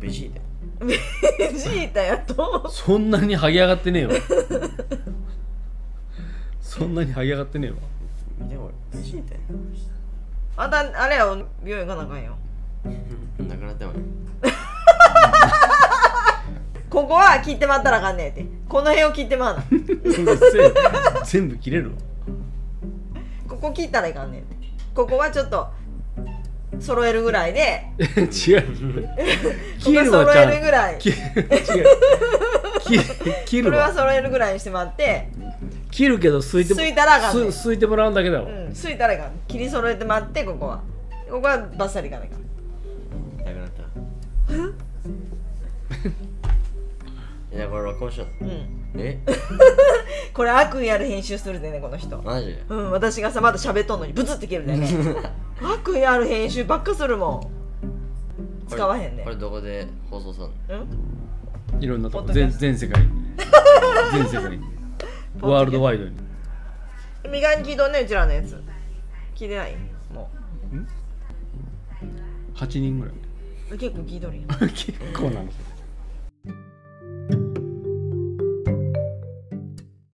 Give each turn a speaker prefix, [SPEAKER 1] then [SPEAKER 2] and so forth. [SPEAKER 1] ベジータ
[SPEAKER 2] ベジータやと
[SPEAKER 3] そんなに剥げ上がってねえわそんなに剥げ上がってねえわ
[SPEAKER 1] 見てこれベジータや
[SPEAKER 2] あたあれやろ病院行かなあかんよ
[SPEAKER 1] なくなっても
[SPEAKER 2] ここは切ってまったらあかんねえってこの辺を切ってまうな
[SPEAKER 3] うるせえ全部切れるわ
[SPEAKER 2] ここ切ったらいかんねんってここはちょっと揃えるぐらいで
[SPEAKER 3] え違う切る
[SPEAKER 2] ここ
[SPEAKER 3] は
[SPEAKER 2] は
[SPEAKER 3] ちゃ
[SPEAKER 2] 揃える
[SPEAKER 3] ん
[SPEAKER 2] ぐらい
[SPEAKER 3] 切
[SPEAKER 2] こ
[SPEAKER 3] る違う切る切る
[SPEAKER 2] れは
[SPEAKER 3] わ
[SPEAKER 2] 揃えるぐらいにしてもらって
[SPEAKER 3] 切るけどすいて
[SPEAKER 2] すいたらあかんねん
[SPEAKER 3] すすいてもらうんだけだわ、
[SPEAKER 2] うんすいたらいかん切り揃えてもらってここはここはバッサリいかないかん
[SPEAKER 1] なくなったわ いやこれ録音しよう
[SPEAKER 2] うん
[SPEAKER 1] え
[SPEAKER 2] これ悪意ある編集するでねこの人
[SPEAKER 1] マジ で
[SPEAKER 2] うん私がさまだ喋っとんのにブツって切るん だよね悪意ある編集ばっかするもん使わへんね
[SPEAKER 1] これどこで放送するの
[SPEAKER 2] うん
[SPEAKER 3] いろんなとこ
[SPEAKER 2] ポッドキ
[SPEAKER 3] 全
[SPEAKER 2] ャスト
[SPEAKER 3] 全世界に全
[SPEAKER 2] ポッド
[SPEAKER 3] 世界に
[SPEAKER 2] キャスト
[SPEAKER 3] ワールドワイドに
[SPEAKER 2] 未完に聞いとんねうちらのやつ聞いてないも
[SPEAKER 3] 8人ぐらいう
[SPEAKER 2] 結構聞いとるよ
[SPEAKER 3] 結構なんですよ